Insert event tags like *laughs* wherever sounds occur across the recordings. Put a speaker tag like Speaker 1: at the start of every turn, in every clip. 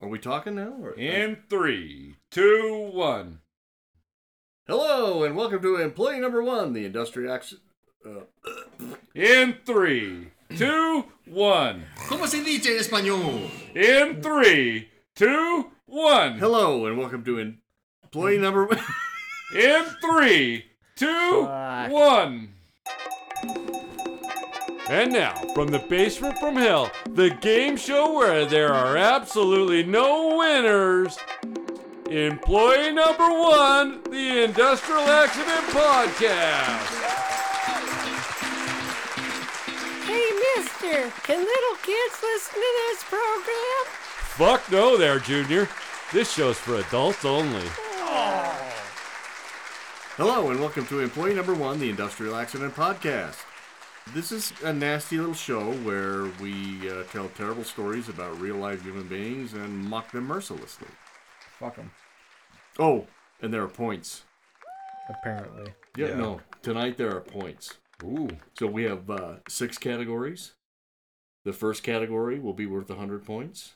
Speaker 1: Are we talking now? Or,
Speaker 2: In three, two, one.
Speaker 1: Hello and welcome to employee number one, the industrial ax- uh,
Speaker 2: In three, two, one.
Speaker 3: ¿Cómo se dice en español?
Speaker 2: In three, two, one.
Speaker 1: Hello and welcome to in- employee number *laughs* one.
Speaker 2: In three, two,
Speaker 4: Fuck.
Speaker 2: one. And now, from the basement from hell, the game show where there are absolutely no winners. Employee number one, the Industrial Accident Podcast.
Speaker 5: Hey, mister, can little kids listen to this program?
Speaker 2: Fuck no, there, Junior. This show's for adults only.
Speaker 1: Hello and welcome to employee number one, the industrial accident podcast. This is a nasty little show where we uh, tell terrible stories about real life human beings and mock them mercilessly.
Speaker 4: Fuck them.
Speaker 1: Oh, and there are points.
Speaker 4: Apparently.
Speaker 1: yeah. no, tonight there are points.
Speaker 2: Ooh.
Speaker 1: So we have uh, six categories. The first category will be worth 100 points.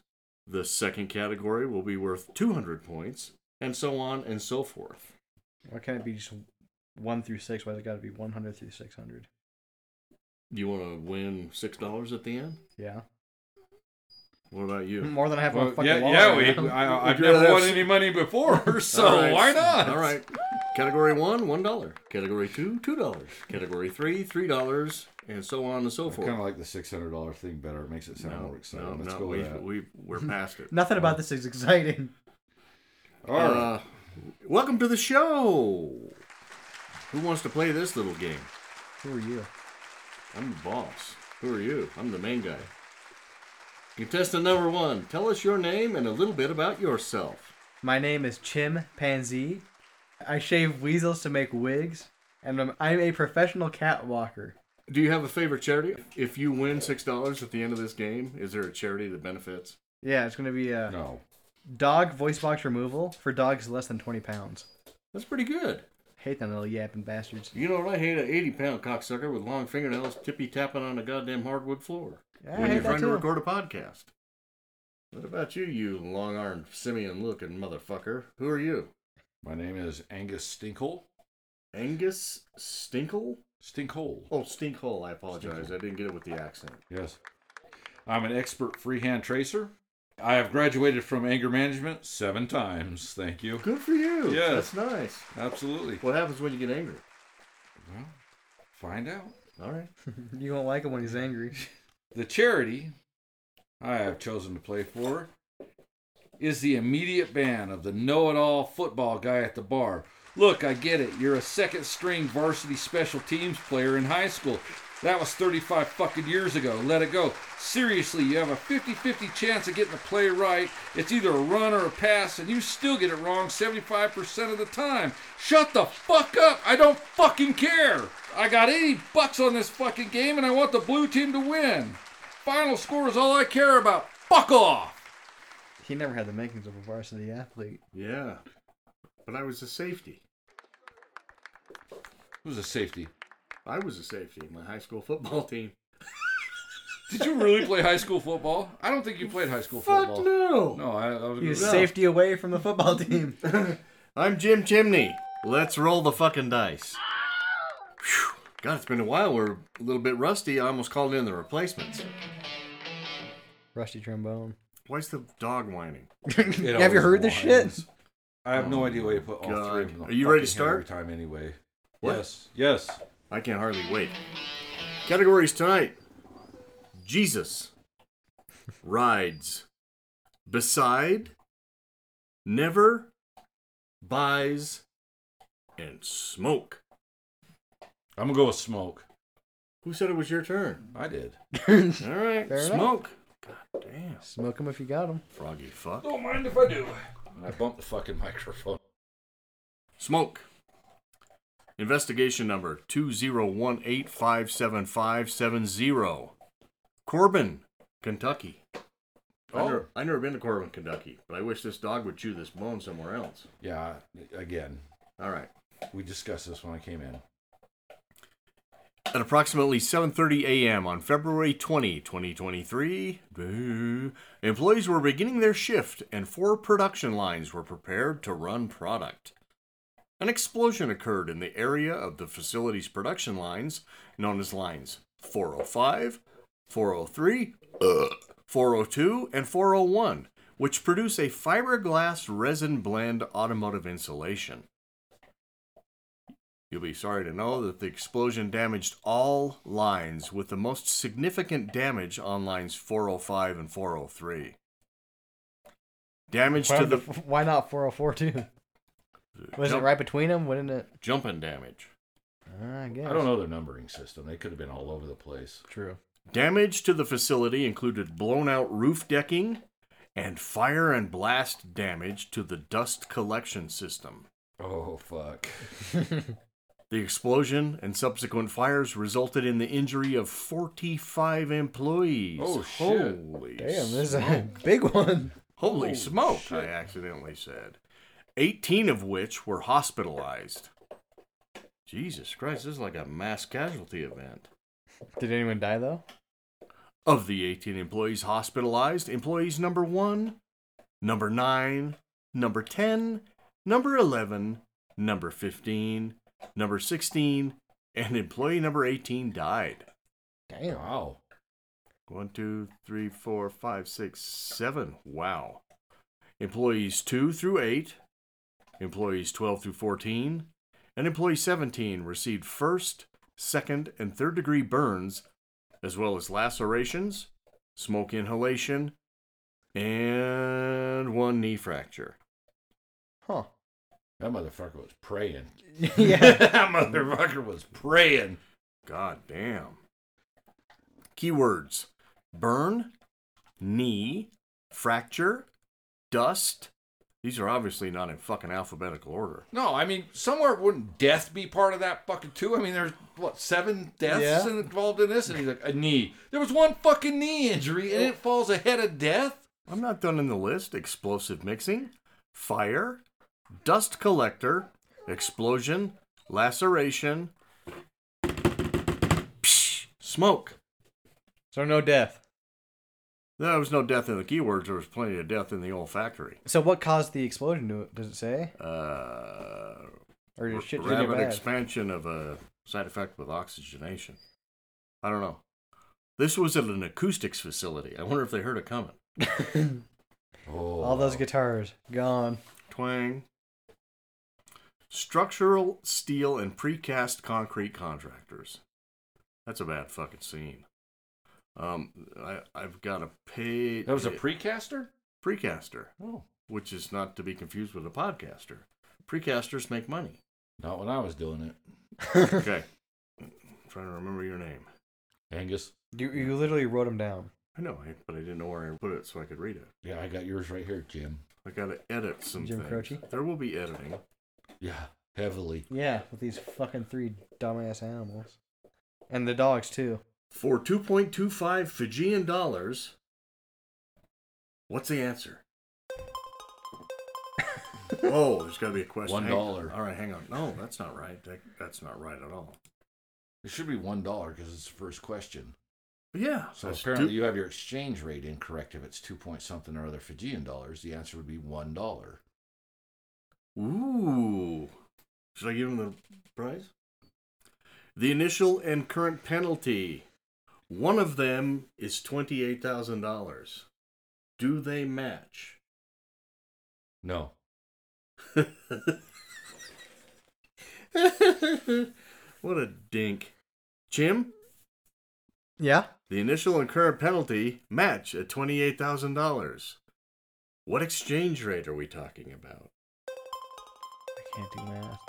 Speaker 1: The second category will be worth 200 points, and so on and so forth.
Speaker 4: Why can't it be just one through six? Why does it got to be one hundred through six hundred?
Speaker 1: Do you want to win six dollars at the end?
Speaker 4: Yeah.
Speaker 1: What about you?
Speaker 4: *laughs* More than half my
Speaker 2: Well,
Speaker 4: fucking
Speaker 2: yeah,
Speaker 4: wallet
Speaker 2: yeah,
Speaker 4: right
Speaker 6: *laughs*
Speaker 2: we,
Speaker 4: now. *laughs*
Speaker 2: I, I've
Speaker 1: Would you rather
Speaker 2: never won
Speaker 1: have-
Speaker 2: any money before, *laughs* so
Speaker 1: All right.
Speaker 2: why
Speaker 6: Hmm.
Speaker 2: not?
Speaker 1: *laughs* All right. Category one, one dollar. Category two, two dollars. Category three, three dollars, and so on and so
Speaker 6: I
Speaker 1: forth.
Speaker 6: kind of like the six hundred dollar thing better. It makes it sound more
Speaker 1: no,
Speaker 6: exciting.
Speaker 1: no,
Speaker 6: Let's
Speaker 1: no,
Speaker 6: go with
Speaker 1: we,
Speaker 6: that.
Speaker 1: we,
Speaker 6: *laughs*
Speaker 1: we're past it.
Speaker 4: Nothing about this is exciting.
Speaker 6: All right.
Speaker 1: Uh, welcome to the show. Who wants to play this little game?
Speaker 4: Who are you?
Speaker 1: I'm the boss. Who are you? I'm the main guy. Contestant number one, tell us your name and a little bit about yourself.
Speaker 4: My name is Chim Panzee. I shave weasels to make wigs, and I'm, I'm a professional cat walker.
Speaker 1: Do you have a favorite charity? If you win six dollars at the end of this game, is there a charity that benefits?
Speaker 4: Yeah, it's gonna be uh,
Speaker 6: no,
Speaker 4: dog voice box removal for dogs less than twenty pounds.
Speaker 1: That's pretty good.
Speaker 4: Hate them little yapping bastards.
Speaker 1: You know what I hate? An eighty-pound cocksucker with long fingernails, tippy tapping on a goddamn hardwood floor
Speaker 4: Yeah, I
Speaker 1: when
Speaker 4: hate
Speaker 1: you're
Speaker 4: that
Speaker 1: trying to
Speaker 4: too.
Speaker 1: record a podcast. What about you, you long-armed simian-looking motherfucker? Who are you?
Speaker 6: my name is Angus Stinkhole.
Speaker 1: Angus Stinkle?
Speaker 6: Stinkhole.
Speaker 1: Oh, Stinkhole. I apologize. I didn't get it with the accent.
Speaker 6: Yes. I'm an expert freehand tracer. I have graduated from anger management seven times. Thank you.
Speaker 1: Good for you.
Speaker 6: Yeah.
Speaker 1: That's nice.
Speaker 6: Absolutely.
Speaker 1: What happens when you get angry?
Speaker 6: Well, find out.
Speaker 1: All right.
Speaker 4: You won't like it when he's angry. *laughs*
Speaker 6: The charity I have chosen to play for is the immediate ban of the know it all football guy at the bar. Look, I get it. You're a second string varsity special teams player in high school. That was 35 fucking years ago. Let it go. Seriously, you have a 50 50 chance of getting the play right. It's either a run or a pass, and you still get it wrong 75% of the time. Shut the fuck up. I don't fucking care. I got 80 bucks on this fucking game, and I want the blue team to win. Final score is all I care about. Fuck off.
Speaker 4: He never had the makings of a varsity athlete.
Speaker 1: Yeah. But I was a safety.
Speaker 6: Who's a safety?
Speaker 1: I was a safety in my high school football team.
Speaker 6: Did you really play high school football? I don't think you played high school football.
Speaker 1: Fuck no.
Speaker 6: No, I, I was
Speaker 4: He was
Speaker 6: gonna-
Speaker 4: safety away from the football *laughs* team.
Speaker 1: I'm Jim Chimney. Let's roll the fucking dice. Phew. God, it's been a while. We're a little bit rusty. I almost called in the replacements.
Speaker 4: Rusty trombone.
Speaker 1: Why's the dog whining?
Speaker 6: It
Speaker 4: Have you
Speaker 6: always
Speaker 4: heard this shit?
Speaker 6: winds. I have no idea why you put all three
Speaker 1: Oh God.
Speaker 6: of them.
Speaker 1: Are you ready to
Speaker 6: fucking hand
Speaker 1: start?
Speaker 6: Every time, anyway.
Speaker 1: What?
Speaker 6: Yes. Yes.
Speaker 1: I can hardly wait. Categories tonight Jesus, rides, beside, never, buys, and smoke.
Speaker 6: I'm gonna go with smoke.
Speaker 1: Who said it was your turn?
Speaker 6: I did.
Speaker 1: All right,
Speaker 4: Fair enough.
Speaker 1: smoke. God damn.
Speaker 4: Smoke him if you got him.
Speaker 1: Froggy fuck.
Speaker 6: Don't mind if I do. And I bumped the fucking *laughs* microphone.
Speaker 1: Smoke. Investigation number 201857570. Corbin, Kentucky. I've,
Speaker 6: Oh.
Speaker 1: never, I've never been to Corbin, Kentucky, but I wish this dog would chew this bone somewhere else.
Speaker 6: Yeah. Again,
Speaker 1: All right.
Speaker 6: we discussed this when I came in.
Speaker 1: At approximately 7:30 a.m. on February 20, 2023, employees were beginning their shift and four production lines were prepared to run product. An explosion occurred in the area of the facility's production lines, known as lines 405, 403, 402, and 401, which produce a fiberglass resin blend automotive insulation. You'll be sorry to know that the explosion damaged all lines, with the most significant damage on lines 405 and 403. Damage to
Speaker 4: Why,
Speaker 1: the
Speaker 4: why not 404 too? *laughs* Was
Speaker 1: Jump-
Speaker 4: it right between them? Wouldn't it?
Speaker 1: jumping damage.
Speaker 4: Uh, I guess.
Speaker 6: I don't know their numbering system. They could have been all over the place.
Speaker 4: True.
Speaker 1: Damage to the facility included blown out roof decking and fire and blast damage to the dust collection system.
Speaker 6: Oh fuck.
Speaker 1: The explosion and subsequent fires resulted in the injury of 45 employees.
Speaker 6: Oh, shit.
Speaker 1: Holy
Speaker 4: Damn, this is a *laughs* big one.
Speaker 1: Holy smoke, I accidentally said. 18 of which were hospitalized. Jesus Christ, this is like a mass casualty event.
Speaker 4: Did anyone die though?
Speaker 1: Of the 18 employees hospitalized, employees number 1, number 9, number 10, number 11, number 15, number 16, and employee number 18 died.
Speaker 4: Damn.
Speaker 6: Wow.
Speaker 1: One, two, three, four, five, six, seven. Wow. Employees 2 through 8, employees 12 through 14, and employee 17 received first, second, and third degree burns, as well as lacerations, smoke inhalation, and one knee fracture.
Speaker 4: Huh.
Speaker 6: That motherfucker was
Speaker 4: *laughs*
Speaker 6: praying.
Speaker 4: *laughs* yeah.
Speaker 6: that motherfucker was praying.
Speaker 1: God damn. Keywords burn, knee, fracture, dust. These are obviously not in fucking alphabetical order.
Speaker 6: No, I mean, somewhere wouldn't death be part of that fucking too? I mean, there's what seven deaths
Speaker 4: Yeah.
Speaker 6: involved in this, and he's like a knee. There was one fucking knee injury, and it falls ahead of death.
Speaker 1: I'm not done in the list. Explosive mixing, fire, dust collector, explosion, laceration, psh, smoke.
Speaker 4: So no death.
Speaker 1: There was no death in the keywords. There was plenty of death in the olfactory.
Speaker 4: So what caused the explosion? Do it, does it say?
Speaker 1: Uh,
Speaker 4: Or
Speaker 1: r-
Speaker 4: did shit just get
Speaker 1: rapid
Speaker 4: bad?
Speaker 1: expansion of a side effect with oxygenation. I don't know. This was at an acoustics facility. I wonder if they heard it coming.
Speaker 6: Oh,
Speaker 4: All those guitars *laughs* gone.
Speaker 1: Twang. Structural steel and precast concrete contractors. That's a bad fucking scene. Um, I I've got a page.
Speaker 6: that was a precaster.
Speaker 1: precaster,
Speaker 6: Oh,
Speaker 1: which is not to be confused with a podcaster. Precasters make
Speaker 6: *laughs*
Speaker 1: money.
Speaker 6: not when I was doing it,
Speaker 1: Okay, trying to remember your name.
Speaker 6: Angus.
Speaker 4: You, you literally wrote them down.
Speaker 1: I know, I- but I didn't know where I put it so I could read it.
Speaker 6: Yeah, I got yours right here, Jim.
Speaker 1: I gotta edit some
Speaker 4: Jim
Speaker 1: things.
Speaker 4: Croce?
Speaker 1: There will be editing.
Speaker 6: Yeah, heavily.
Speaker 4: Yeah, with these fucking three dumbass animals. And the dogs too.
Speaker 1: For 2.25 Fijian dollars, what's the answer?
Speaker 4: *laughs*
Speaker 1: oh, there's got to be a question.
Speaker 6: One
Speaker 1: Hang on.
Speaker 6: dollar.
Speaker 1: All right, hang on. No, that's not right. That, that's not right at all.
Speaker 6: It should be one dollar because it's the first question.
Speaker 1: But yeah.
Speaker 6: So
Speaker 1: that's
Speaker 6: apparently,
Speaker 1: du-
Speaker 6: you have your exchange rate incorrect. If it's two point something or other Fijian dollars, the answer would be one dollar.
Speaker 1: Ooh. Should I give him the prize? The initial and current penalty. One of them is $28,000. Do they match?
Speaker 6: No,
Speaker 1: what a dink. Jim,
Speaker 4: Yeah.
Speaker 1: the initial and current penalty match at $28,000. What exchange rate are we talking about?
Speaker 4: I can't do math.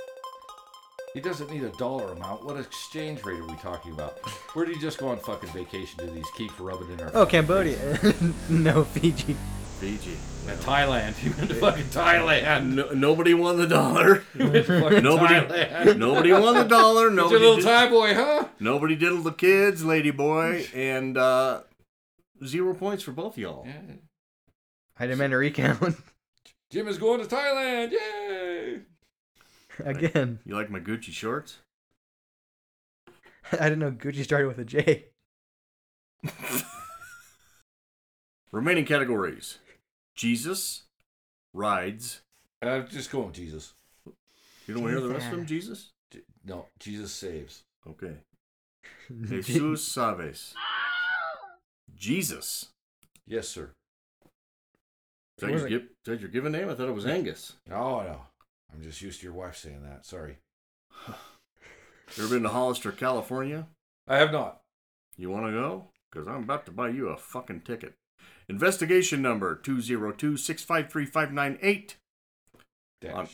Speaker 6: He doesn't need a dollar amount. What exchange rate are we talking about? Where do you just go on fucking vacation to these keep rubbing in our
Speaker 4: Oh, Cambodia. *laughs* no Fiji.
Speaker 1: Fiji.
Speaker 6: And Thailand. You went to fucking Thailand.
Speaker 1: No, nobody won the dollar.
Speaker 6: You went to *laughs* fucking
Speaker 1: Nobody-
Speaker 6: Thailand.
Speaker 1: nobody won the dollar.
Speaker 6: It's your
Speaker 1: Nobody,
Speaker 6: little
Speaker 1: did-
Speaker 6: Thai boy, huh?
Speaker 1: nobody diddled the kids, lady boy. And uh, zero points for both y'all.
Speaker 6: Yeah.
Speaker 4: I demand a recount.
Speaker 6: Jim is going to Thailand. Yay!
Speaker 4: *laughs* Again.
Speaker 1: You like my Gucci shorts?
Speaker 4: I didn't know Gucci started with a J.
Speaker 1: Remaining categories Jesus, rides.
Speaker 6: I'm just going with Jesus.
Speaker 1: You don't want to hear the rest of them?
Speaker 4: Jesus.
Speaker 1: Jesus?
Speaker 6: J- No, Jesus saves.
Speaker 1: Okay. Jesus sabes. Jesus.
Speaker 6: Yes, sir.
Speaker 1: Is that, your,
Speaker 4: Wasn't-
Speaker 1: gi- is that your given name? I thought it was Angus.
Speaker 6: Oh no, I'm just used to your wife saying that. Sorry,
Speaker 1: You ever been to Hollister, California?
Speaker 6: I have not.
Speaker 1: You want to go? Because I'm about to buy you a fucking ticket. Investigation number 202 653 598.
Speaker 6: Dash.
Speaker 1: Um,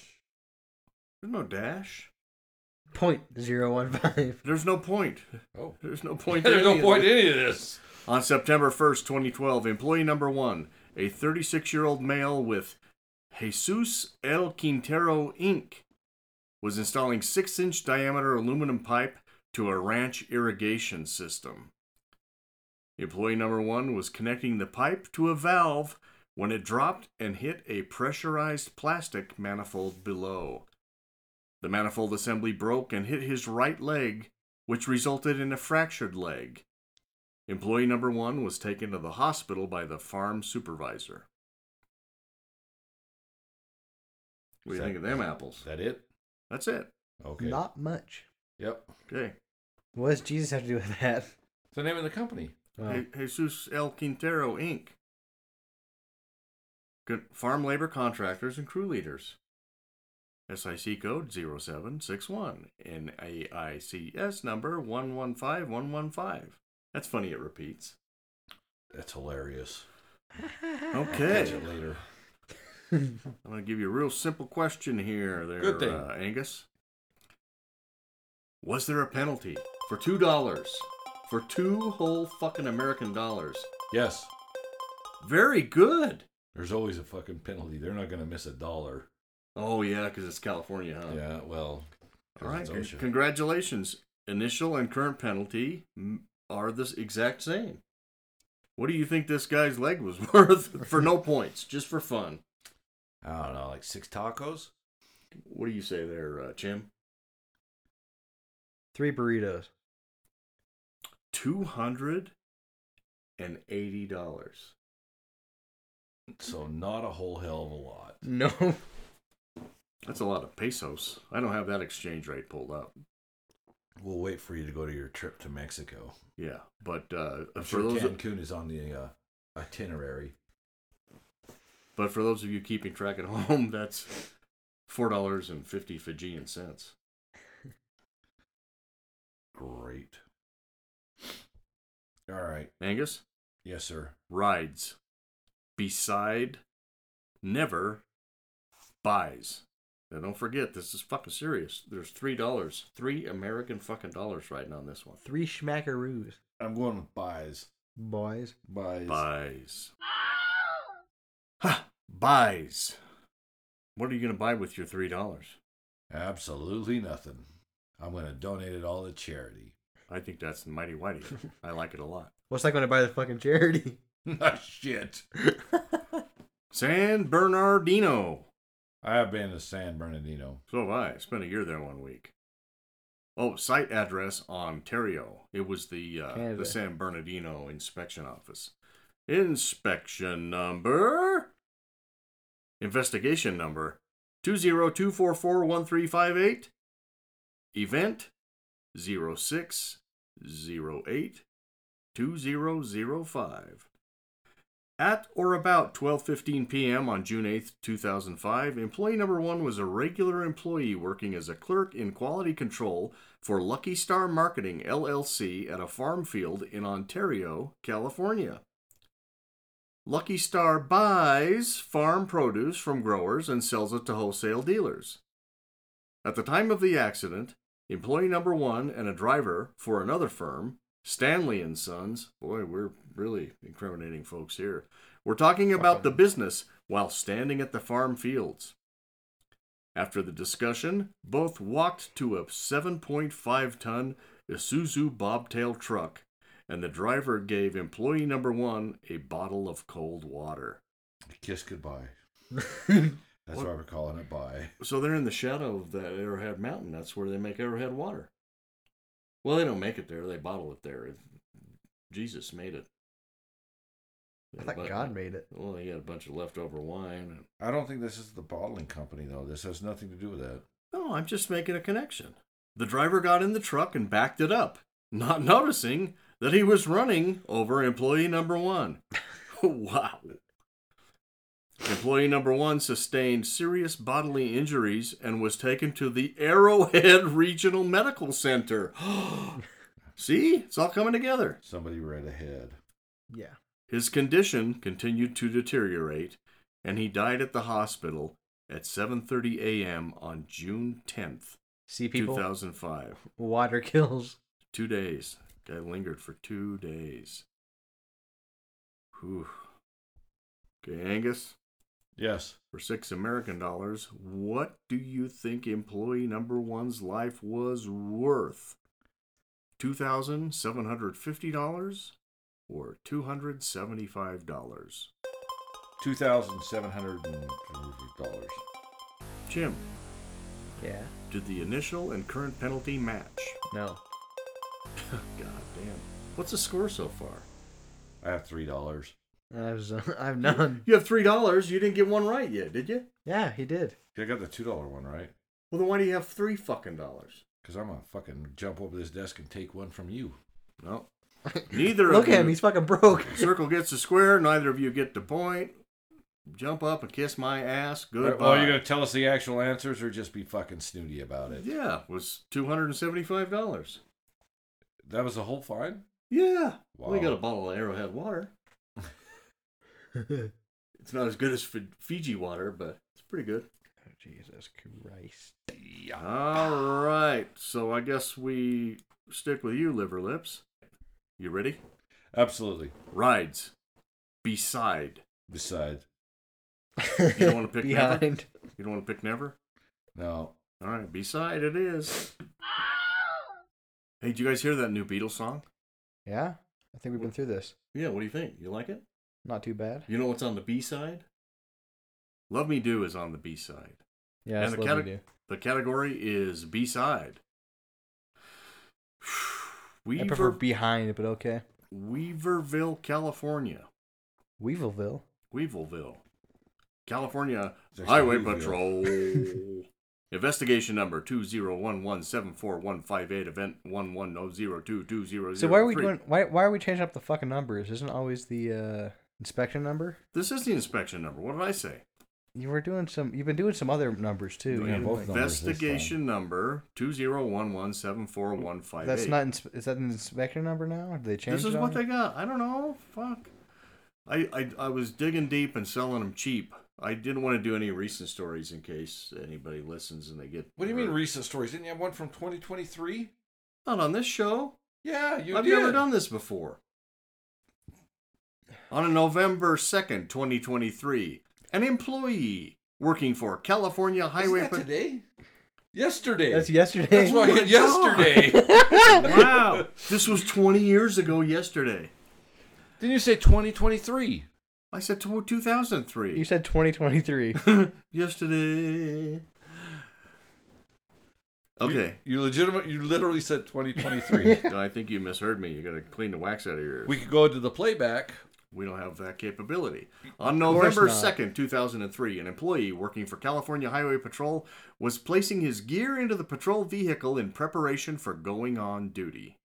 Speaker 1: There's no dash.
Speaker 4: Point zero one five.
Speaker 1: There's no point.
Speaker 6: oh,
Speaker 1: There's no *laughs* point. to
Speaker 6: *laughs* there's no
Speaker 1: any of
Speaker 6: point
Speaker 1: this.
Speaker 6: in any of this.
Speaker 1: On September 1st, 2012, employee number one, a 36 year old male with Jesus El Quintero Inc., was installing 6 inch diameter aluminum pipe to a ranch irrigation system. Employee number one was connecting the pipe to a valve when it dropped and hit a pressurized plastic manifold below. The manifold assembly broke and hit his right leg, which resulted in a fractured leg. Employee number one was taken to the hospital by the farm supervisor. What do you
Speaker 6: Is
Speaker 1: think of
Speaker 6: that-
Speaker 1: them
Speaker 6: is
Speaker 1: apples?
Speaker 6: That it?
Speaker 1: That's it.
Speaker 6: Okay.
Speaker 4: Not much.
Speaker 6: Yep.
Speaker 1: Okay.
Speaker 4: What does Jesus have to do with that?
Speaker 6: It's the name of the company.
Speaker 4: Oh.
Speaker 1: Je- Jesus El Quintero Inc. Good farm labor contractors and crew leaders. SIC code 0761 and AICS number 115115. That's funny, it repeats.
Speaker 6: That's hilarious. I'll catch
Speaker 1: Okay.
Speaker 6: it later.
Speaker 1: I'm going to give you a real simple question here, there,
Speaker 6: Good thing.
Speaker 1: Uh, Angus. Was there a penalty for two dollars, for two whole fucking American dollars?
Speaker 6: Yes.
Speaker 1: Very good.
Speaker 6: There's always a fucking penalty. They're not gonna miss a dollar.
Speaker 1: Oh yeah, because it's California, huh?
Speaker 6: Yeah. Well. 'cause
Speaker 1: All right.
Speaker 6: it's
Speaker 1: con-
Speaker 6: OSHA.
Speaker 1: congratulations. Initial and current penalty m- are the s- exact same. What do you think this guy's leg was *laughs* worth for no points, just for fun?
Speaker 6: I don't know, like six tacos.
Speaker 1: What do you say there, uh, Jim?
Speaker 4: Three burritos.
Speaker 1: Two hundred and eighty dollars.
Speaker 6: So not a whole hell of a lot.
Speaker 4: No.
Speaker 1: That's a lot of pesos. I don't have that exchange rate pulled up.
Speaker 6: We'll wait for you to go to your trip to Mexico.
Speaker 1: Yeah, but uh,
Speaker 6: I'm
Speaker 1: for
Speaker 6: sure
Speaker 1: those,
Speaker 6: Cancun is on the uh, itinerary.
Speaker 1: but for those of you keeping track at *laughs* home, that's four dollars and fifty Fijian cents.
Speaker 6: Great. All right.
Speaker 1: Angus.
Speaker 6: Yes, sir.
Speaker 1: rides beside never buys now don't forget this is fucking serious there's three dollars three american fucking dollars riding on this one
Speaker 4: *laughs* Three schmackaroos.
Speaker 6: I'm going with buys.
Speaker 4: Boys.
Speaker 6: Buys.
Speaker 1: buys ha buys what are you gonna buy with your three dollars
Speaker 6: Absolutely nothing. I'm going to donate it all to charity. *laughs*
Speaker 1: i think that's mighty whitey i like it a lot
Speaker 4: What's that going to buy the fucking charity? *laughs*
Speaker 6: Ah, Shit.
Speaker 1: san bernardino
Speaker 6: I have been to San Bernardino.
Speaker 1: So have I. Spent a year there one week. Oh, site address Ontario. It was the uh, the
Speaker 4: Canada.
Speaker 1: San Bernardino inspection office. Inspection number. Investigation number two zero two four four one three five eight. Event zero six zero eight two zero zero five. At or about 12:15 p.m. on June 8, 2005, employee number 1 was a regular employee working as a clerk in quality control for Lucky Star Marketing LLC at a farm field in Ontario, California. Lucky Star buys farm produce from growers and sells it to wholesale dealers. At the time of the accident, employee number 1 and a driver for another firm, Stanley and Sons, boy, we're really incriminating folks here. We're talking about the business while standing at the farm fields. After the discussion, both walked to a 7.5 ton Isuzu bobtail truck, and the driver gave employee number one a bottle of cold water.
Speaker 6: Kiss goodbye.
Speaker 4: That's
Speaker 6: That's
Speaker 1: What?
Speaker 6: why we're calling it buy.
Speaker 1: So they're in the shadow of that Arrowhead Mountain. That's where they make Arrowhead water. Well, they don't make it there. They bottle it there. Jesus made it.
Speaker 4: I thought God made it.
Speaker 1: Well, they got a bunch of leftover wine.
Speaker 7: I don't think this is the bottling company though. This has nothing to do with that.
Speaker 1: No, I'm just making a connection. The driver got in the truck and backed it up, not noticing that he was running over employee number one. *laughs* wow. Employee number one sustained serious bodily injuries and was taken to the Arrowhead Regional Medical Center. *gasps* See, it's all coming together.
Speaker 7: Somebody read ahead.
Speaker 4: Yeah.
Speaker 1: His condition continued to deteriorate, and he died at the hospital at 7:30 a.m. on June 10th,
Speaker 4: See people.
Speaker 1: 2005.
Speaker 4: Water kills.
Speaker 1: Two days. Guy lingered for two days. Whew. Okay, Angus,
Speaker 7: Yes.
Speaker 1: for six American dollars, what do you think employee number one's life was worth? $2,750 or $275?
Speaker 7: Two thousand seven hundred dollars.
Speaker 1: Jim,
Speaker 4: Yeah.
Speaker 1: did the initial and current penalty match?
Speaker 4: No.
Speaker 1: God damn. What's the score so far?
Speaker 7: I have three dollars.
Speaker 4: I was. *laughs* I've none.
Speaker 1: You have three dollars. You didn't get one right yet, did you?
Speaker 4: Yeah, he did.
Speaker 7: I got the two dollar one right
Speaker 1: Well, then why do you have three fucking dollars?
Speaker 7: because I'm gonna fucking jump over this desk and take one from you.
Speaker 1: No.
Speaker 4: *laughs*
Speaker 1: Neither
Speaker 4: Look
Speaker 1: of you.
Speaker 4: at him. He's fucking broke. *laughs*
Speaker 1: Circle gets a square. Neither of you get the point. Jump up and kiss my ass. Goodbye.
Speaker 7: Well, you're gonna tell us the actual answers or just be fucking snooty about it.
Speaker 1: Yeah, it was two hundred and seventy-five dollars.
Speaker 7: That was the whole fine.
Speaker 1: Yeah. We
Speaker 7: Wow.
Speaker 1: got a bottle of Arrowhead water. It's not as good as Fi- Fiji water, but it's pretty good.
Speaker 4: Oh, Jesus *laughs* Christ.
Speaker 1: All right. So I guess we stick with you, Liver Lips. You ready?
Speaker 7: Absolutely.
Speaker 1: Rides. Beside.
Speaker 7: Besides,
Speaker 4: You
Speaker 1: don't wanna pick Maverick?
Speaker 4: behind.
Speaker 1: You don't want to pick never?
Speaker 7: no.
Speaker 1: All right, beside it is. hey, did you guys hear that new Beatles song?
Speaker 4: Yeah. I think we've been through this.
Speaker 1: Yeah, what do you think? You like it?
Speaker 4: Not too bad.
Speaker 1: You know what's on the B side? Love Me Do is on the B side.
Speaker 4: Yeah.
Speaker 1: And
Speaker 4: That's
Speaker 1: the
Speaker 4: what we
Speaker 1: cate-
Speaker 4: do.
Speaker 1: The category is B *sighs* side.
Speaker 4: I prefer
Speaker 1: Weaver,
Speaker 4: behind, but okay.
Speaker 1: Weaverville, California.
Speaker 4: Weevilville.
Speaker 1: Weevilville, California
Speaker 7: It's actually
Speaker 1: Highway
Speaker 7: Whoville.
Speaker 1: Patrol. *laughs* Investigation number 201174158, event 110022003.
Speaker 4: So why are we doing? Why why are we changing up the fucking numbers? Isn't always the uh, inspection number?
Speaker 1: This is the inspection number. What did I say?
Speaker 4: You were doing some. You've been doing some other numbers too.
Speaker 1: The
Speaker 7: Yeah, both numbers this
Speaker 1: investigation number 201174158.
Speaker 4: That's not. Ins- is that an inspection number now? Or did they change?
Speaker 1: This is
Speaker 4: it
Speaker 1: what
Speaker 4: on
Speaker 1: they *laughs*
Speaker 4: you?
Speaker 1: got. I don't know. Fuck. I, I I was digging deep and selling them cheap. I didn't want to do any recent stories in case anybody listens and they get.
Speaker 7: What do you mean
Speaker 1: hurt.
Speaker 7: recent stories? Didn't you have one from 2023?
Speaker 1: Not on this show.
Speaker 7: Yeah, you
Speaker 1: I've
Speaker 7: did.
Speaker 1: never done this before. On a November 2nd, 2023, an employee working for California
Speaker 7: Isn't
Speaker 1: Highway
Speaker 7: that today? Yesterday.
Speaker 4: That's yesterday.
Speaker 7: That's why yesterday.
Speaker 1: Wow. this was 20 years ago yesterday.
Speaker 7: Didn't you say 2023?
Speaker 1: I said tw- 2003.
Speaker 4: You said 2023.
Speaker 1: yesterday.
Speaker 6: *laughs*
Speaker 1: Okay.
Speaker 7: You, you legitimate. You literally said
Speaker 1: *laughs*
Speaker 7: 2023.
Speaker 1: No, I think you misheard me. You got to clean the wax out of your ears.
Speaker 7: we could go to the playback.
Speaker 1: We don't have that capability. On
Speaker 4: course
Speaker 1: November
Speaker 4: not.
Speaker 1: 2nd, 2003, an employee working for California Highway Patrol was placing his gear into the patrol vehicle in preparation for going on duty.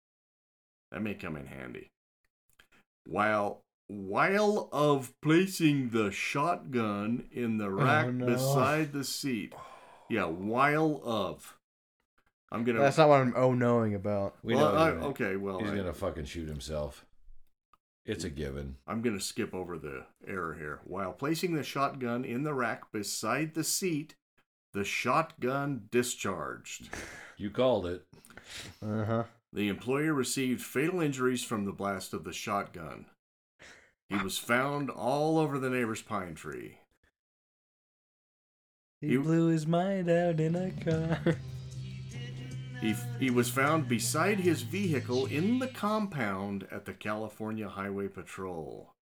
Speaker 1: That may come in handy. While while of placing the shotgun in
Speaker 7: Oh,
Speaker 1: the rack
Speaker 4: no.
Speaker 1: beside the seat. Yeah, while of. I'm going
Speaker 4: That's not what I'm oh knowing about.
Speaker 7: We
Speaker 1: well,
Speaker 7: know
Speaker 1: I-
Speaker 7: you're right.
Speaker 1: okay, well,
Speaker 7: He's
Speaker 1: I-
Speaker 7: gonna fucking shoot himself. It's a given.
Speaker 1: I'm going to skip over the error here. While placing the shotgun in the rack beside the seat, the shotgun discharged.
Speaker 7: You called it.
Speaker 4: Uh huh.
Speaker 1: The employer received fatal injuries from the blast of the shotgun. He was found all over the neighbor's pine tree.
Speaker 4: He
Speaker 1: You-
Speaker 4: blew his mind out in a
Speaker 1: *laughs*
Speaker 4: car.
Speaker 1: He, he was found beside his vehicle in the compound at the California Highway Patrol.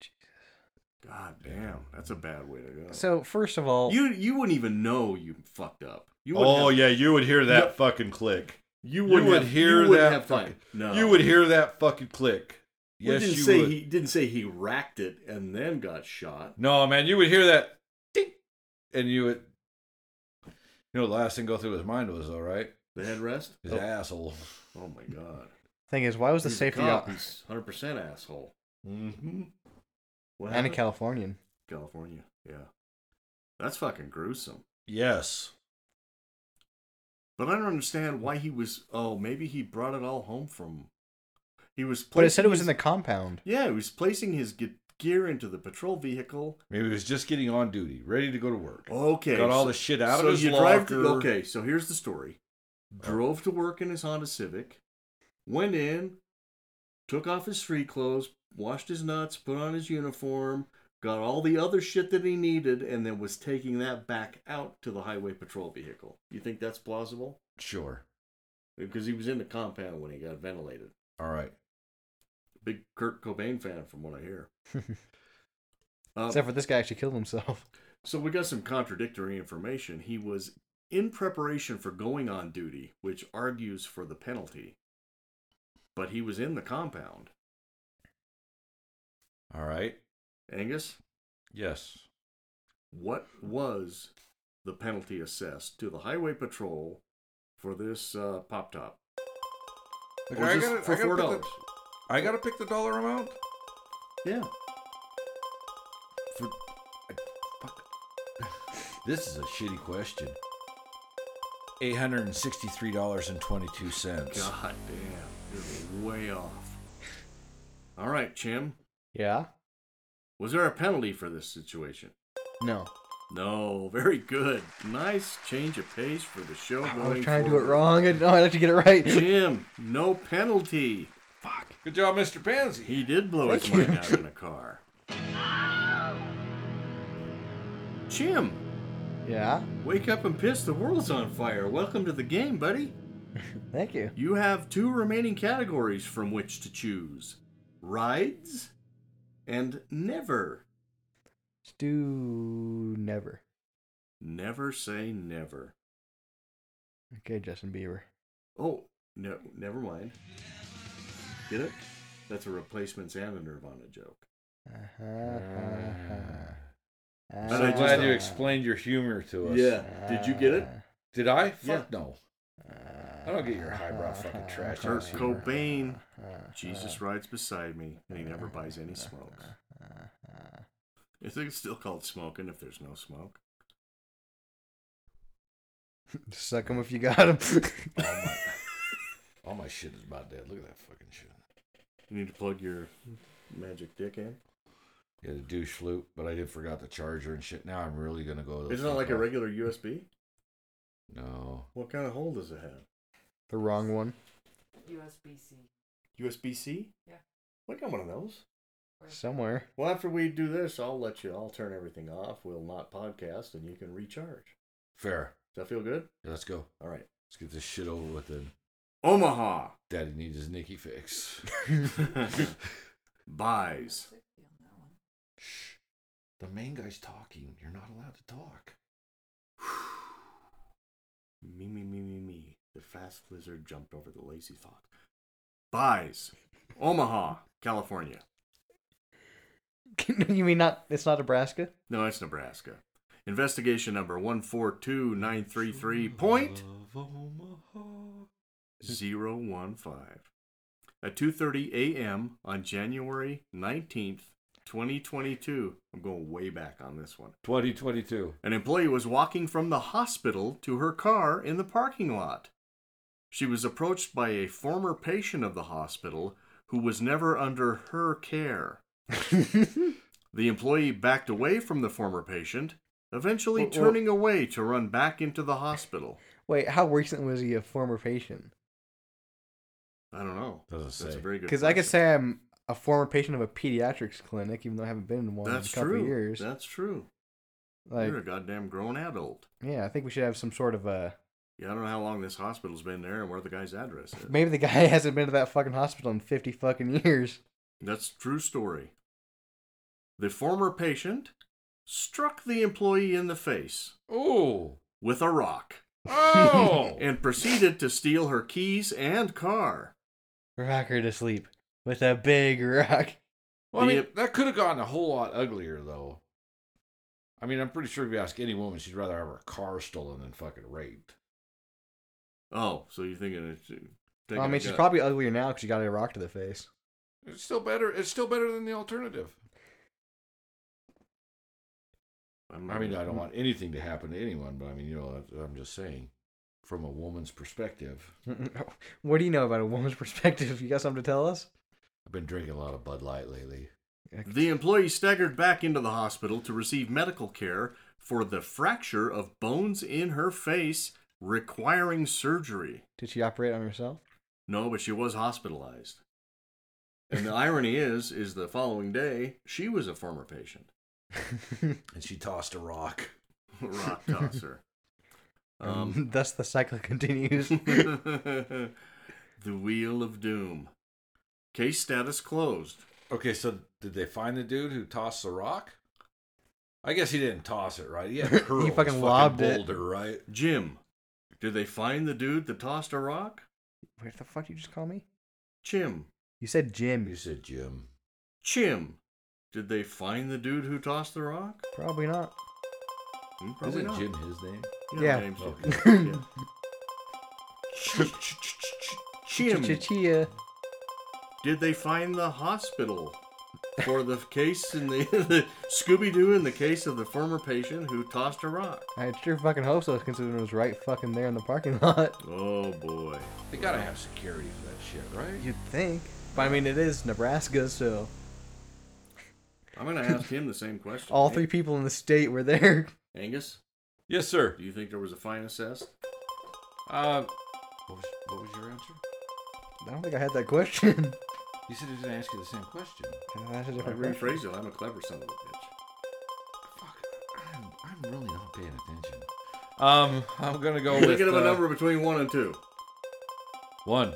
Speaker 1: God damn, that's a bad way to go.
Speaker 4: So first of all,
Speaker 1: you you wouldn't even know you fucked up. You wouldn't
Speaker 7: oh
Speaker 1: have-
Speaker 7: yeah, you would hear that
Speaker 1: No.
Speaker 7: fucking click.
Speaker 1: You
Speaker 6: You
Speaker 1: wouldn't
Speaker 6: would
Speaker 1: have,
Speaker 6: hear
Speaker 1: you wouldn't
Speaker 6: that.
Speaker 1: Have time.
Speaker 6: fucking-
Speaker 1: No,
Speaker 6: You would hear that fucking click.
Speaker 1: We
Speaker 6: Yes,
Speaker 1: didn't
Speaker 6: you
Speaker 1: say
Speaker 6: would.
Speaker 1: he didn't say he racked it and then got shot.
Speaker 6: No, man, you would hear that, ding, and you would. You know, the last thing go through his mind was, all right,
Speaker 1: The headrest.
Speaker 6: his
Speaker 1: Oh,
Speaker 6: asshole.
Speaker 1: oh my god.
Speaker 4: Thing is, why was the
Speaker 1: He's a
Speaker 4: safety
Speaker 1: cop.
Speaker 4: off
Speaker 1: He's hundred percent asshole.
Speaker 6: Mm-hmm.
Speaker 1: What
Speaker 4: and a
Speaker 1: happened?
Speaker 4: Californian?
Speaker 1: California. Yeah, that's fucking gruesome.
Speaker 6: Yes.
Speaker 1: But I don't understand why he was. Oh, maybe he brought it all home from. He was.
Speaker 4: But it said it was in
Speaker 1: placing
Speaker 4: the compound.
Speaker 1: his- Yeah, he was placing his ge- gear into the patrol vehicle.
Speaker 6: Maybe he was just getting on duty, ready to go to work.
Speaker 1: Okay.
Speaker 6: Got all
Speaker 1: so-
Speaker 6: the shit out
Speaker 1: so
Speaker 6: of his
Speaker 1: you
Speaker 6: locker. Oh.
Speaker 1: drive to- okay, so here's the story. Drove to work in his Honda Civic, went in, took off his street clothes, washed his nuts, put on his uniform, got all the other shit that he needed, and then was taking that back out to the highway patrol vehicle. You think that's plausible?
Speaker 6: Sure.
Speaker 1: Because he was in the compound when he got ventilated.
Speaker 6: All right.
Speaker 1: Big Kurt Cobain fan, from what I
Speaker 4: *laughs*
Speaker 1: hear. Uh,
Speaker 4: Except for this guy actually killed himself. *laughs*
Speaker 1: So we got some contradictory information. He was in preparation for going on duty, which argues for the penalty, but he was in the compound.
Speaker 6: All right.
Speaker 1: Angus,
Speaker 6: Yes.
Speaker 1: what was the penalty assessed to the highway patrol for this uh, pop top?
Speaker 6: Look,
Speaker 1: Was
Speaker 6: I
Speaker 1: this
Speaker 6: gotta-
Speaker 1: for
Speaker 6: I gotta
Speaker 1: four
Speaker 6: put the-
Speaker 1: dollars.
Speaker 6: I gotta pick the dollar amount.
Speaker 1: Yeah,
Speaker 6: For, I, fuck. *laughs* this is a shitty question. Eight hundred and sixty-three dollars and twenty-two cents.
Speaker 1: god damn, you're way off. All right, Chim,
Speaker 4: Yeah?
Speaker 1: was there a penalty for this situation?
Speaker 4: No.
Speaker 1: No, very good. Nice change of pace for the show.
Speaker 4: I was
Speaker 1: going
Speaker 4: trying to do it
Speaker 1: forward.
Speaker 4: wrong. and- No, I like to get
Speaker 1: *laughs*
Speaker 4: it right.
Speaker 1: Jim, no penalty.
Speaker 6: Good job, Mr. Pansy.
Speaker 1: He did blow
Speaker 4: *laughs*
Speaker 1: his
Speaker 4: Thank
Speaker 1: mind out in a car. Jim,
Speaker 4: Yeah?
Speaker 1: wake up and piss. The world's on fire. Welcome to the game, buddy.
Speaker 4: Thank you.
Speaker 1: You have two remaining categories from which to choose rides and never.
Speaker 4: Let's do never.
Speaker 1: Never say never.
Speaker 4: Okay, Justin Bieber.
Speaker 1: Oh, no, never mind. Get it? That's a replacements and a Nirvana joke.
Speaker 4: Uh-huh, uh-huh.
Speaker 6: I'm
Speaker 1: But
Speaker 6: so
Speaker 1: I just-
Speaker 6: glad you explained your humor to us.
Speaker 1: Yeah.
Speaker 4: uh-huh.
Speaker 1: Did you get it?
Speaker 6: Did I? Fuck
Speaker 1: Yeah.
Speaker 6: no.
Speaker 4: Uh-huh,
Speaker 6: I don't get your highbrow fucking trash.
Speaker 1: Kurt
Speaker 6: ass humor.
Speaker 1: Cobain. Jesus rides beside me, and he never buys
Speaker 4: uh,
Speaker 1: any
Speaker 4: uh-huh.
Speaker 1: smokes. Is it still called smoking if there's no smoke?
Speaker 4: *laughs* Suck him if you got
Speaker 1: *laughs*
Speaker 4: him.
Speaker 6: All my, all my shit is about dead. Look at that fucking shit.
Speaker 1: You need to plug your magic dick in.
Speaker 6: Yeah, the douche loop, but I did forgot the charger and shit. Now I'm really gonna go.
Speaker 1: It's not like a
Speaker 6: fuck
Speaker 1: regular USB.
Speaker 6: off. No.
Speaker 1: What kind of hole does it have?
Speaker 4: the wrong one.
Speaker 5: USB C.
Speaker 1: USB C?
Speaker 5: Yeah.
Speaker 1: We got one of those.
Speaker 4: Somewhere. *laughs*
Speaker 1: Well, after we do this, I'll let you. I'll turn everything off. We'll not podcast, and you can recharge.
Speaker 6: Fair.
Speaker 1: Does that feel good?
Speaker 6: Yeah, let's go.
Speaker 1: All right.
Speaker 6: Let's get this shit over with. Then
Speaker 1: Omaha
Speaker 6: Daddy needs his Nikki fix.
Speaker 1: buys.
Speaker 6: Shh. *laughs* The main guy's talking. You're not allowed to talk.
Speaker 1: Me, me, me, me, me. The fast lizard jumped over the lazy fox. Buys. Omaha, California.
Speaker 4: you mean not? It's not Nebraska? *laughs*
Speaker 1: No, that's Nebraska. Investigation number 142933.015.
Speaker 6: Of Omaha.
Speaker 1: At 2:30 a.m. on January 19th, 2022. I'm going way back on this one.
Speaker 6: 2022.
Speaker 1: An employee was walking from the hospital to her car in the parking lot. She was approached by a former patient of the hospital who was never under her care. the employee backed away from the former patient, eventually
Speaker 4: Well, well-
Speaker 1: turning away to run back into the hospital.
Speaker 4: Wait, how recent was he a former patient?
Speaker 1: I don't know.
Speaker 6: Doesn't
Speaker 1: That's
Speaker 6: say.
Speaker 1: a very good
Speaker 4: Because I could
Speaker 1: question.
Speaker 4: say I'm a former patient of a pediatrics clinic, even though I haven't been in one
Speaker 1: that's
Speaker 4: in a couple
Speaker 1: true.
Speaker 4: of years.
Speaker 1: That's true.
Speaker 4: like,
Speaker 1: You're a goddamn grown adult.
Speaker 4: yeah, I think we should have some sort of a.
Speaker 1: Yeah, I don't know how long this hospital's been there and where the guy's address is.
Speaker 4: Maybe the guy *laughs* hasn't been to that fucking hospital in fifty fucking years.
Speaker 1: That's true story. The former patient struck the employee in the face
Speaker 6: *laughs* Oh.
Speaker 1: with a rock
Speaker 6: *laughs*
Speaker 2: Oh!
Speaker 1: and proceeded to steal her keys and car.
Speaker 4: Rock her to sleep with a big rock.
Speaker 6: Well, I mean,
Speaker 1: Yep.
Speaker 6: that could have gotten a whole lot uglier, though. I mean, I'm pretty sure if you ask any woman, she'd rather have her car stolen than fucking raped.
Speaker 1: Oh, so you're thinking it's. uh,
Speaker 4: Well,
Speaker 1: taking
Speaker 4: I
Speaker 1: a
Speaker 4: mean, she's
Speaker 1: gut.
Speaker 4: probably uglier now because she got a rock to the face. *laughs*
Speaker 6: It's still better. It's still better than the alternative.
Speaker 1: I'm
Speaker 6: I
Speaker 1: not-
Speaker 6: mean, I don't want anything to happen to anyone, but I mean, you know, that's- I'm just saying, from a woman's perspective,
Speaker 4: what do you know about a woman's *laughs* perspective? You got something to tell us?
Speaker 6: I've been drinking a lot of Bud Light lately.
Speaker 1: *laughs* The employee staggered back into the hospital to receive medical care for the fracture of bones in her face, requiring surgery.
Speaker 4: Did she operate on herself? *laughs*
Speaker 1: No, but she was hospitalized. And the irony is, is the following day she was a former patient.
Speaker 7: And she tossed a rock.
Speaker 1: *laughs* Rock tosser. Um,
Speaker 7: *laughs*
Speaker 1: *laughs*
Speaker 4: Um, *laughs* thus the cycle continues.
Speaker 1: the wheel of doom. Case status closed.
Speaker 7: Okay, so did they find the dude who tossed the rock? I guess he didn't toss it, right? He *laughs* had it hurled,
Speaker 4: fucking
Speaker 7: fucking
Speaker 4: lobbed it.
Speaker 7: boulder, right?
Speaker 1: Jim, did they find the dude that tossed a rock?
Speaker 4: What the fuck did you just call me?
Speaker 1: Jim,
Speaker 4: You said
Speaker 7: You
Speaker 4: Jim.
Speaker 7: said Jim.
Speaker 1: Jim, did they find the dude who tossed the rock?
Speaker 4: Probably not.
Speaker 1: Hmm, probably
Speaker 7: Isn't
Speaker 1: not.
Speaker 7: Jim his name?
Speaker 4: Yeah.
Speaker 7: *laughs*
Speaker 1: name's
Speaker 4: Okay.
Speaker 1: Jim. Yeah. Jim,
Speaker 4: Chia.
Speaker 1: did they find the hospital for the case in the, the *laughs* Scooby Doo in the case of the former patient who tossed a rock?
Speaker 4: I sure fucking hope so, considering it was right fucking there in the parking *laughs* lot.
Speaker 1: Oh boy.
Speaker 6: They gotta have security for that shit, right?
Speaker 4: You'd think. But I mean, it is Nebraska, so
Speaker 1: I'm gonna ask him the same question.
Speaker 4: all
Speaker 1: Hey,
Speaker 4: three people in the state were there. *laughs*
Speaker 1: Angus,
Speaker 2: Yes, sir.
Speaker 1: do you think there was a fine assessed?
Speaker 6: Uh, what was, what was your answer?
Speaker 4: I don't think I had that question.
Speaker 6: You said I didn't ask you the same question.
Speaker 4: That's a
Speaker 1: I
Speaker 4: different question.
Speaker 1: rephrase it. I'm a clever son of a bitch.
Speaker 6: Fuck, I'm, I'm really not paying attention.
Speaker 2: Um, I'm gonna
Speaker 1: *laughs*
Speaker 2: go with
Speaker 1: Thinking of a
Speaker 2: uh,
Speaker 1: number between one and two.
Speaker 2: one.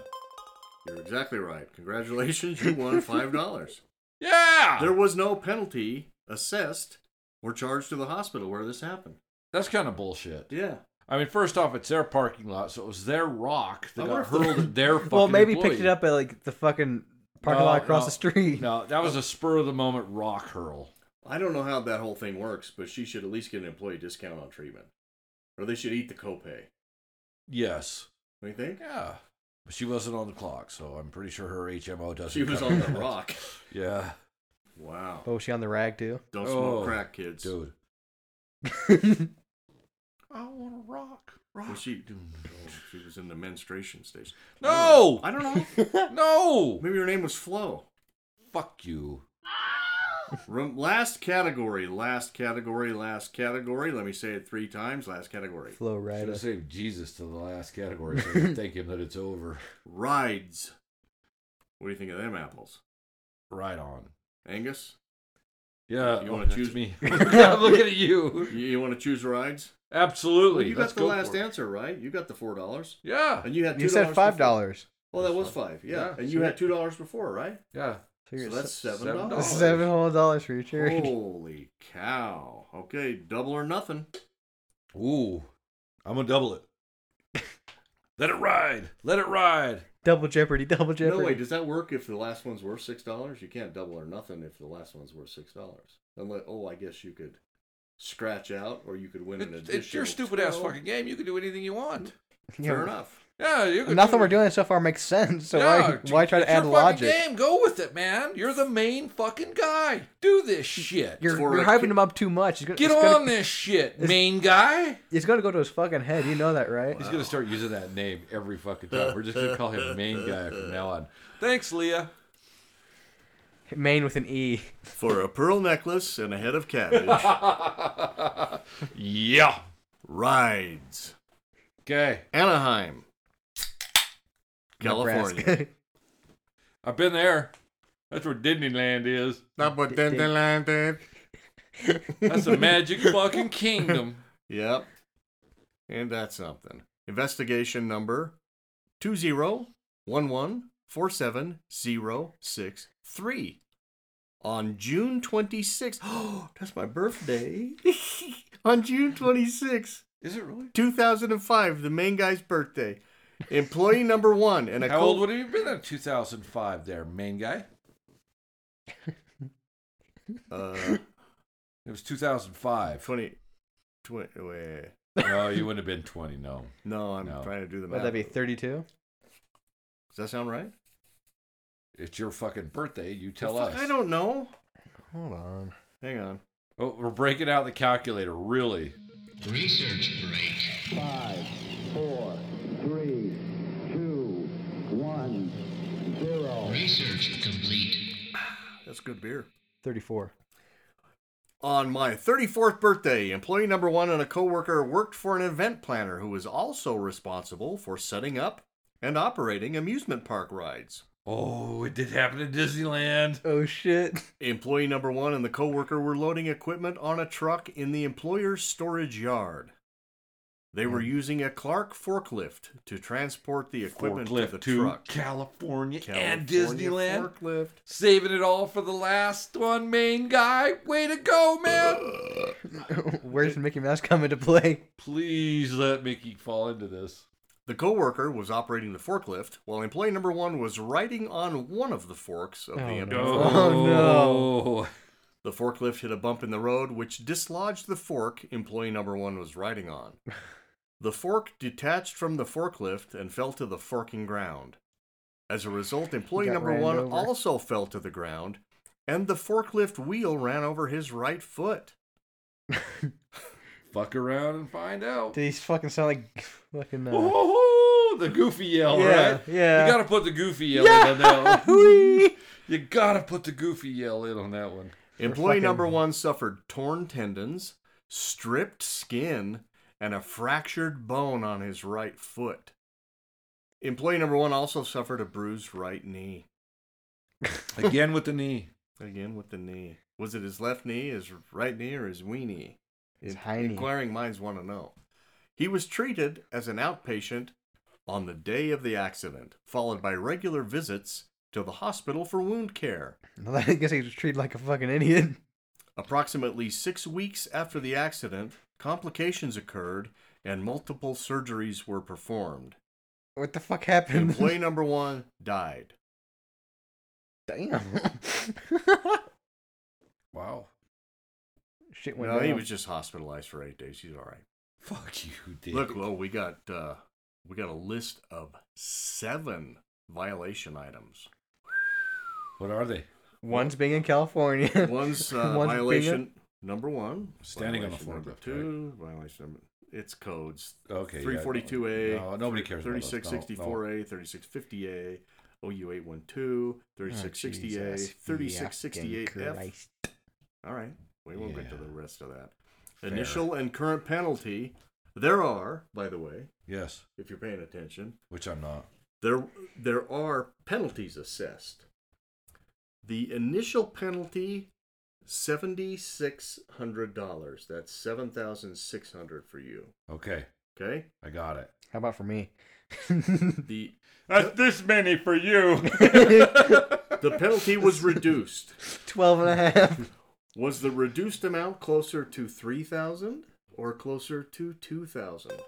Speaker 1: You're exactly right. Congratulations, you
Speaker 4: *laughs*
Speaker 1: won five dollars.
Speaker 6: Ah.
Speaker 2: Yeah,
Speaker 1: There was no penalty assessed or charged to the hospital where this happened.
Speaker 6: That's kind of bullshit.
Speaker 1: Yeah.
Speaker 6: I mean, first off, it's their parking lot, so it was their rock that
Speaker 1: I
Speaker 6: got
Speaker 1: wonder if the-
Speaker 6: hurled
Speaker 1: *laughs*
Speaker 6: at their fucking
Speaker 4: Well, maybe
Speaker 6: employee.
Speaker 4: picked it up at like the fucking parking
Speaker 6: No,
Speaker 4: lot across
Speaker 6: no.
Speaker 4: the street.
Speaker 6: No, that
Speaker 1: Oh.
Speaker 6: was a spur of the moment rock hurl.
Speaker 1: I don't know how that whole thing works, but she should at least get an employee discount on treatment. Or they should eat the copay.
Speaker 6: Yes.
Speaker 1: Don't you think?
Speaker 6: Yeah. But she wasn't on the clock, so I'm pretty sure her HMO doesn't.
Speaker 1: She was
Speaker 6: cover
Speaker 1: on the
Speaker 6: that.
Speaker 1: rock.
Speaker 6: Yeah,
Speaker 1: Wow.
Speaker 4: Oh, was she on the rag *laughs* too?
Speaker 1: Don't smoke
Speaker 6: Oh,
Speaker 1: crack, kids.
Speaker 6: dude.
Speaker 4: Did
Speaker 6: I want to rock. Rock.
Speaker 1: Was she? Oh, she was in the menstruation station.
Speaker 6: No!
Speaker 1: I don't know.
Speaker 6: No!
Speaker 1: Maybe her name was Flo.
Speaker 6: Fuck you.
Speaker 1: Rem- last category, last category, last category. Let me say it three times. Last category.
Speaker 4: Flow
Speaker 6: I
Speaker 4: right uh,
Speaker 6: should
Speaker 4: up.
Speaker 6: have saved Jesus to the last category so I
Speaker 4: *laughs*
Speaker 6: could thank him that it's over.
Speaker 1: Rides. What do you think of them apples?
Speaker 6: Right on.
Speaker 1: Angus,
Speaker 6: Yeah.
Speaker 1: You
Speaker 6: oh,
Speaker 1: wanna
Speaker 6: that's
Speaker 1: choose-
Speaker 6: *laughs*
Speaker 4: *laughs*
Speaker 6: me? I'm looking at you.
Speaker 1: you, you want to choose rides?
Speaker 2: absolutely.
Speaker 1: Well, you
Speaker 2: Let's
Speaker 1: got the
Speaker 2: go
Speaker 1: last
Speaker 2: for it.
Speaker 1: answer right. You got the four dollars,
Speaker 6: Yeah.
Speaker 1: and you had two
Speaker 4: You said five dollars.
Speaker 1: Well, that was five. Yeah,
Speaker 6: Yeah,
Speaker 1: and you
Speaker 6: sweet.
Speaker 1: had two dollars before, right?
Speaker 6: Yeah.
Speaker 4: So you're
Speaker 1: so that's
Speaker 4: se-
Speaker 1: seven
Speaker 6: seven
Speaker 1: dollars. Oh.
Speaker 6: dollars.
Speaker 4: seven whole dollars for your charity.
Speaker 1: Holy cow! Okay, double or nothing.
Speaker 7: Ooh, I'm gonna double it.
Speaker 4: *laughs*
Speaker 7: Let it ride. Let it ride.
Speaker 4: *laughs* Double Jeopardy, double Jeopardy.
Speaker 1: No way. Does that work if the last one's worth six dollars? You can't double or nothing if the last one's worth six dollars. Unless, oh, I guess you could scratch out, or you could win an
Speaker 6: It's,
Speaker 1: additional.
Speaker 6: it's your stupid ass
Speaker 1: 12.
Speaker 6: fucking game. You can do anything you want.
Speaker 4: Yeah,
Speaker 1: Fair enough.
Speaker 6: Yeah. You can
Speaker 4: Nothing
Speaker 6: do-
Speaker 4: we're doing so far makes sense. So
Speaker 6: Yeah,
Speaker 4: why, why try to
Speaker 6: it's your
Speaker 4: add
Speaker 6: fucking
Speaker 4: logic?
Speaker 6: Game, go with it, man. You're the main fucking guy. Do this
Speaker 4: *laughs*
Speaker 6: shit.
Speaker 4: You're,
Speaker 1: For
Speaker 4: you're
Speaker 1: a
Speaker 4: hyping
Speaker 1: kid-
Speaker 4: him up too much. He's gonna,
Speaker 6: Get
Speaker 4: it's gonna-
Speaker 6: on this
Speaker 4: *laughs*
Speaker 6: shit, main guy.
Speaker 4: He's gonna go to his fucking head. You know that, right?
Speaker 6: He's gonna start using that name every fucking time. We're just gonna call him main guy from now on. Thanks, Leah.
Speaker 4: *laughs*
Speaker 6: *laughs*
Speaker 4: Maine with an E.
Speaker 1: For a pearl necklace and a head of
Speaker 4: *laughs*
Speaker 1: cabbage,
Speaker 6: Yeah.
Speaker 1: rides.
Speaker 6: Okay.
Speaker 1: Anaheim, California.
Speaker 4: *laughs*
Speaker 1: *laughs*
Speaker 4: Nebraska.
Speaker 2: I've been there. That's where Disneyland is.
Speaker 1: Not what Disneyland did.
Speaker 2: That's a
Speaker 6: *laughs*
Speaker 2: magic fucking kingdom.
Speaker 1: Yep. And that's something. Investigation number 201147063. On *gasps* *laughs* June 26th. Oh, that's my birthday. On June 26th,
Speaker 8: Is it really?
Speaker 1: 2005, the main guy's birthday. Employee number one, and a
Speaker 6: How
Speaker 1: co-
Speaker 6: old would he have been in 2005 there, main guy?
Speaker 1: uh,
Speaker 6: It was *laughs* 2005.
Speaker 1: 20, 20 wait,
Speaker 6: no, you wouldn't have been 20, no.
Speaker 1: no, I'm
Speaker 6: No.
Speaker 1: trying to do the math.
Speaker 4: Would that be 32?
Speaker 1: Does that sound right?
Speaker 6: It's your fucking birthday. You tell
Speaker 1: Fuck,
Speaker 6: us.
Speaker 1: I don't know.
Speaker 4: Hold on.
Speaker 1: Hang on.
Speaker 6: Oh, we're breaking out the calculator, really.
Speaker 9: Research break.
Speaker 10: five, four, three, two, one, zero.
Speaker 9: Research complete.
Speaker 1: That's good beer.
Speaker 4: 34.
Speaker 1: On my 34th birthday, employee number one and a coworker worked for an event planner who was also responsible for setting up and operating amusement park rides.
Speaker 6: Oh, it did happen at Disneyland.
Speaker 4: Oh, shit.
Speaker 1: *laughs* Employee number one and the coworker were loading equipment on a truck in the employer's storage yard. They were using a Clark forklift to transport the equipment to the
Speaker 6: Forklift to
Speaker 1: truck.
Speaker 6: California, and
Speaker 1: California
Speaker 6: Disneyland.
Speaker 1: forklift.
Speaker 6: Saving it all for the last one, main guy. Way to go, man.
Speaker 4: Where's Mickey Mouse come into play?
Speaker 6: Please let Mickey fall into this.
Speaker 1: The coworker was operating the forklift, while employee number one was riding on one of the forks of the
Speaker 4: Oh,
Speaker 1: empty.
Speaker 4: no. Oh,
Speaker 6: no.
Speaker 1: The forklift hit a bump in the road, which dislodged the fork employee number one was riding
Speaker 4: *laughs*
Speaker 1: on. The fork detached from the forklift and fell to the forking ground. As a result, employee
Speaker 4: got
Speaker 1: number
Speaker 4: ran
Speaker 1: one
Speaker 4: over.
Speaker 1: also fell to the ground, and the forklift wheel ran over his right foot.
Speaker 6: Fuck around and find out.
Speaker 4: Did he fucking sound like *laughs* fucking. Uh,
Speaker 6: Oh, the goofy yell,
Speaker 4: Yeah,
Speaker 6: right?
Speaker 4: yeah.
Speaker 6: You gotta put the goofy yell in on that one.
Speaker 4: *laughs*
Speaker 6: You gotta put the goofy yell in on that one.
Speaker 1: Employee
Speaker 4: fucking-
Speaker 1: number one suffered torn tendons, stripped skin, and a fractured bone on his right foot. Employee number one also suffered a bruised right knee.
Speaker 6: Again with the knee.
Speaker 1: Again with the knee. Was it his left knee, his right knee, or his weenie?
Speaker 4: His hiney.
Speaker 1: Inquiring minds want to know. He was treated as an outpatient on the day of the accident, followed by regular visits to the hospital for wound care.
Speaker 4: *laughs* I guess he was treated like a fucking idiot.
Speaker 1: Approximately six weeks after the accident, complications occurred and multiple surgeries were performed.
Speaker 4: What the fuck happened?
Speaker 1: Employee number one died.
Speaker 4: *laughs* Damn.
Speaker 1: *laughs*
Speaker 6: Wow.
Speaker 4: Shit went
Speaker 1: No, he
Speaker 4: down.
Speaker 1: was just hospitalized for eight days. He's all right.
Speaker 6: Fuck you, dude.
Speaker 1: Look, Lo, we got uh, we got a list of seven violation
Speaker 4: *laughs*
Speaker 1: items.
Speaker 6: What are they?
Speaker 4: One's being in California.
Speaker 1: One's, uh,
Speaker 4: *laughs* One's being
Speaker 1: violation number one.
Speaker 6: Standing on the
Speaker 1: violation number
Speaker 6: forklift,
Speaker 1: two. Violation number. It's codes.
Speaker 6: Okay. yeah,
Speaker 1: Three forty two A.
Speaker 6: No, nobody cares about
Speaker 1: Thirty
Speaker 6: those. No,
Speaker 1: six sixty four A. Thirty six fifty A. OU eight one two. Thirty six sixty A.
Speaker 4: Oh, Jesus
Speaker 1: Thirty six sixty eight
Speaker 4: fucking
Speaker 1: F.
Speaker 4: Christ.
Speaker 1: All right. We won't get to
Speaker 6: Yeah.
Speaker 1: the rest of that. Initial and current penalty. There are, by the way,
Speaker 6: Yes,
Speaker 1: if you're paying attention,
Speaker 6: which I'm not.
Speaker 1: there there are penalties assessed. The initial penalty seventy six hundred dollars. That's seven thousand six hundred for you.
Speaker 6: Okay,
Speaker 1: Okay.
Speaker 6: I got it.
Speaker 4: How about for *laughs* me?
Speaker 1: The
Speaker 11: That's this many for you.
Speaker 1: the penalty was reduced.
Speaker 4: 12 *laughs* and a half.
Speaker 1: Was the reduced amount closer to three thousand or closer to two thousand?
Speaker 6: *laughs*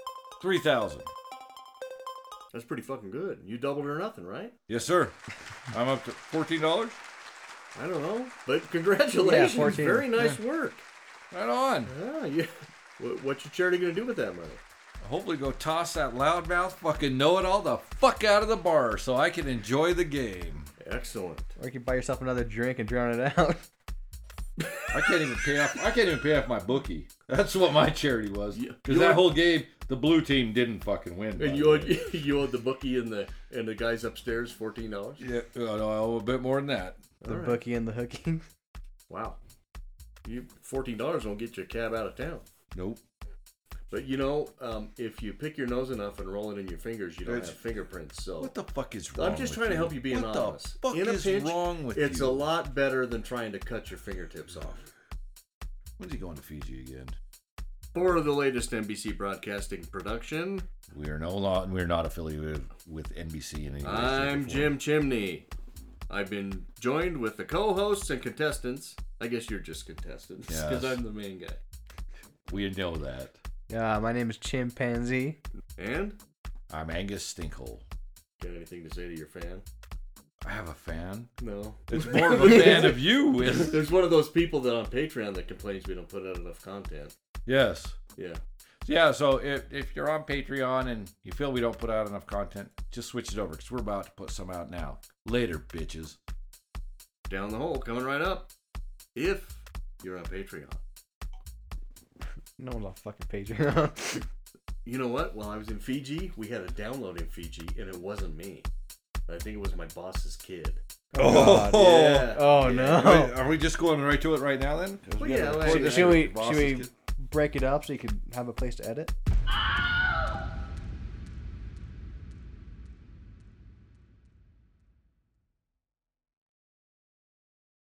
Speaker 6: Three thousand.
Speaker 1: That's pretty fucking good. You doubled or nothing, right?
Speaker 6: Yes, sir. I'm up to fourteen dollars.
Speaker 1: I don't know, but congratulations.
Speaker 4: 14.
Speaker 1: Very nice work.
Speaker 6: Right on.
Speaker 1: Yeah, yeah. What, what's your charity gonna do with that money?
Speaker 6: Hopefully, go toss that loudmouth fucking know-it-all the fuck out of the bar so I can enjoy the game.
Speaker 1: Excellent.
Speaker 4: Or you can buy yourself another drink and drown it out. *laughs*
Speaker 6: I can't even pay off. I can't even pay off my bookie. That's what my charity was.
Speaker 1: Yeah.
Speaker 6: Because that whole game, the blue team didn't fucking win. by
Speaker 1: And
Speaker 6: the
Speaker 1: you
Speaker 6: way.
Speaker 1: owed, *laughs* you owed the bookie and the and the guys upstairs fourteen dollars.
Speaker 6: Yeah, oh, no, I owe a bit more than that.
Speaker 4: The bookie and the hooking.
Speaker 1: Wow, you fourteen dollars won't get you a cab out of town.
Speaker 6: Nope.
Speaker 1: But you know, um, if you pick your nose enough and roll it in your fingers, you don't
Speaker 6: It's-
Speaker 1: have fingerprints. So
Speaker 6: What the fuck is wrong?
Speaker 1: I'm just
Speaker 6: with
Speaker 1: trying to help you be
Speaker 6: what
Speaker 1: anonymous.
Speaker 6: The fuck
Speaker 1: in a
Speaker 6: is
Speaker 1: pinch,
Speaker 6: wrong with
Speaker 1: it's
Speaker 6: you?
Speaker 1: a lot better than trying to cut your fingertips off.
Speaker 6: When's he going to Fiji again?
Speaker 1: For the latest NBC broadcasting production,
Speaker 6: We are no law, we're not affiliated with NBC in any way. shape, or
Speaker 1: I'm
Speaker 6: form.
Speaker 1: Jim Chimney. I've been joined with the co-hosts and contestants. I guess you're just contestants because
Speaker 6: Yes.
Speaker 1: I'm the main guy.
Speaker 6: We know that.
Speaker 4: Uh, my name is Chimpanzee.
Speaker 1: And
Speaker 6: I'm Angus Stinkhole.
Speaker 1: got anything to say to your fan?
Speaker 6: I have a fan.
Speaker 1: No.
Speaker 6: *laughs* It's more of a fan of you.
Speaker 1: *laughs*
Speaker 6: Is
Speaker 1: There's one of those people that on Patreon that complains we don't put out enough content.
Speaker 6: yes.
Speaker 1: Yeah.
Speaker 6: Yeah, so if, if you're on Patreon and you feel we don't put out enough content, just switch it over because we're about to put some out now. Later, bitches.
Speaker 1: Down the hole, coming right up. If you're on Patreon.
Speaker 4: No one's on fucking Patreon. *laughs*
Speaker 1: You know what? While I was in Fiji, we had a download in Fiji, and it wasn't me. I think it was my boss's kid.
Speaker 6: Oh,
Speaker 1: yeah.
Speaker 4: oh
Speaker 6: Are,
Speaker 4: no.
Speaker 6: are we just going right to it right now then? 'Cause
Speaker 1: Well,
Speaker 6: we gotta
Speaker 1: yeah,
Speaker 6: record
Speaker 1: like-
Speaker 6: this
Speaker 4: Should we
Speaker 6: for the
Speaker 4: should we
Speaker 6: bosses.
Speaker 4: break it up so you can have a place to edit?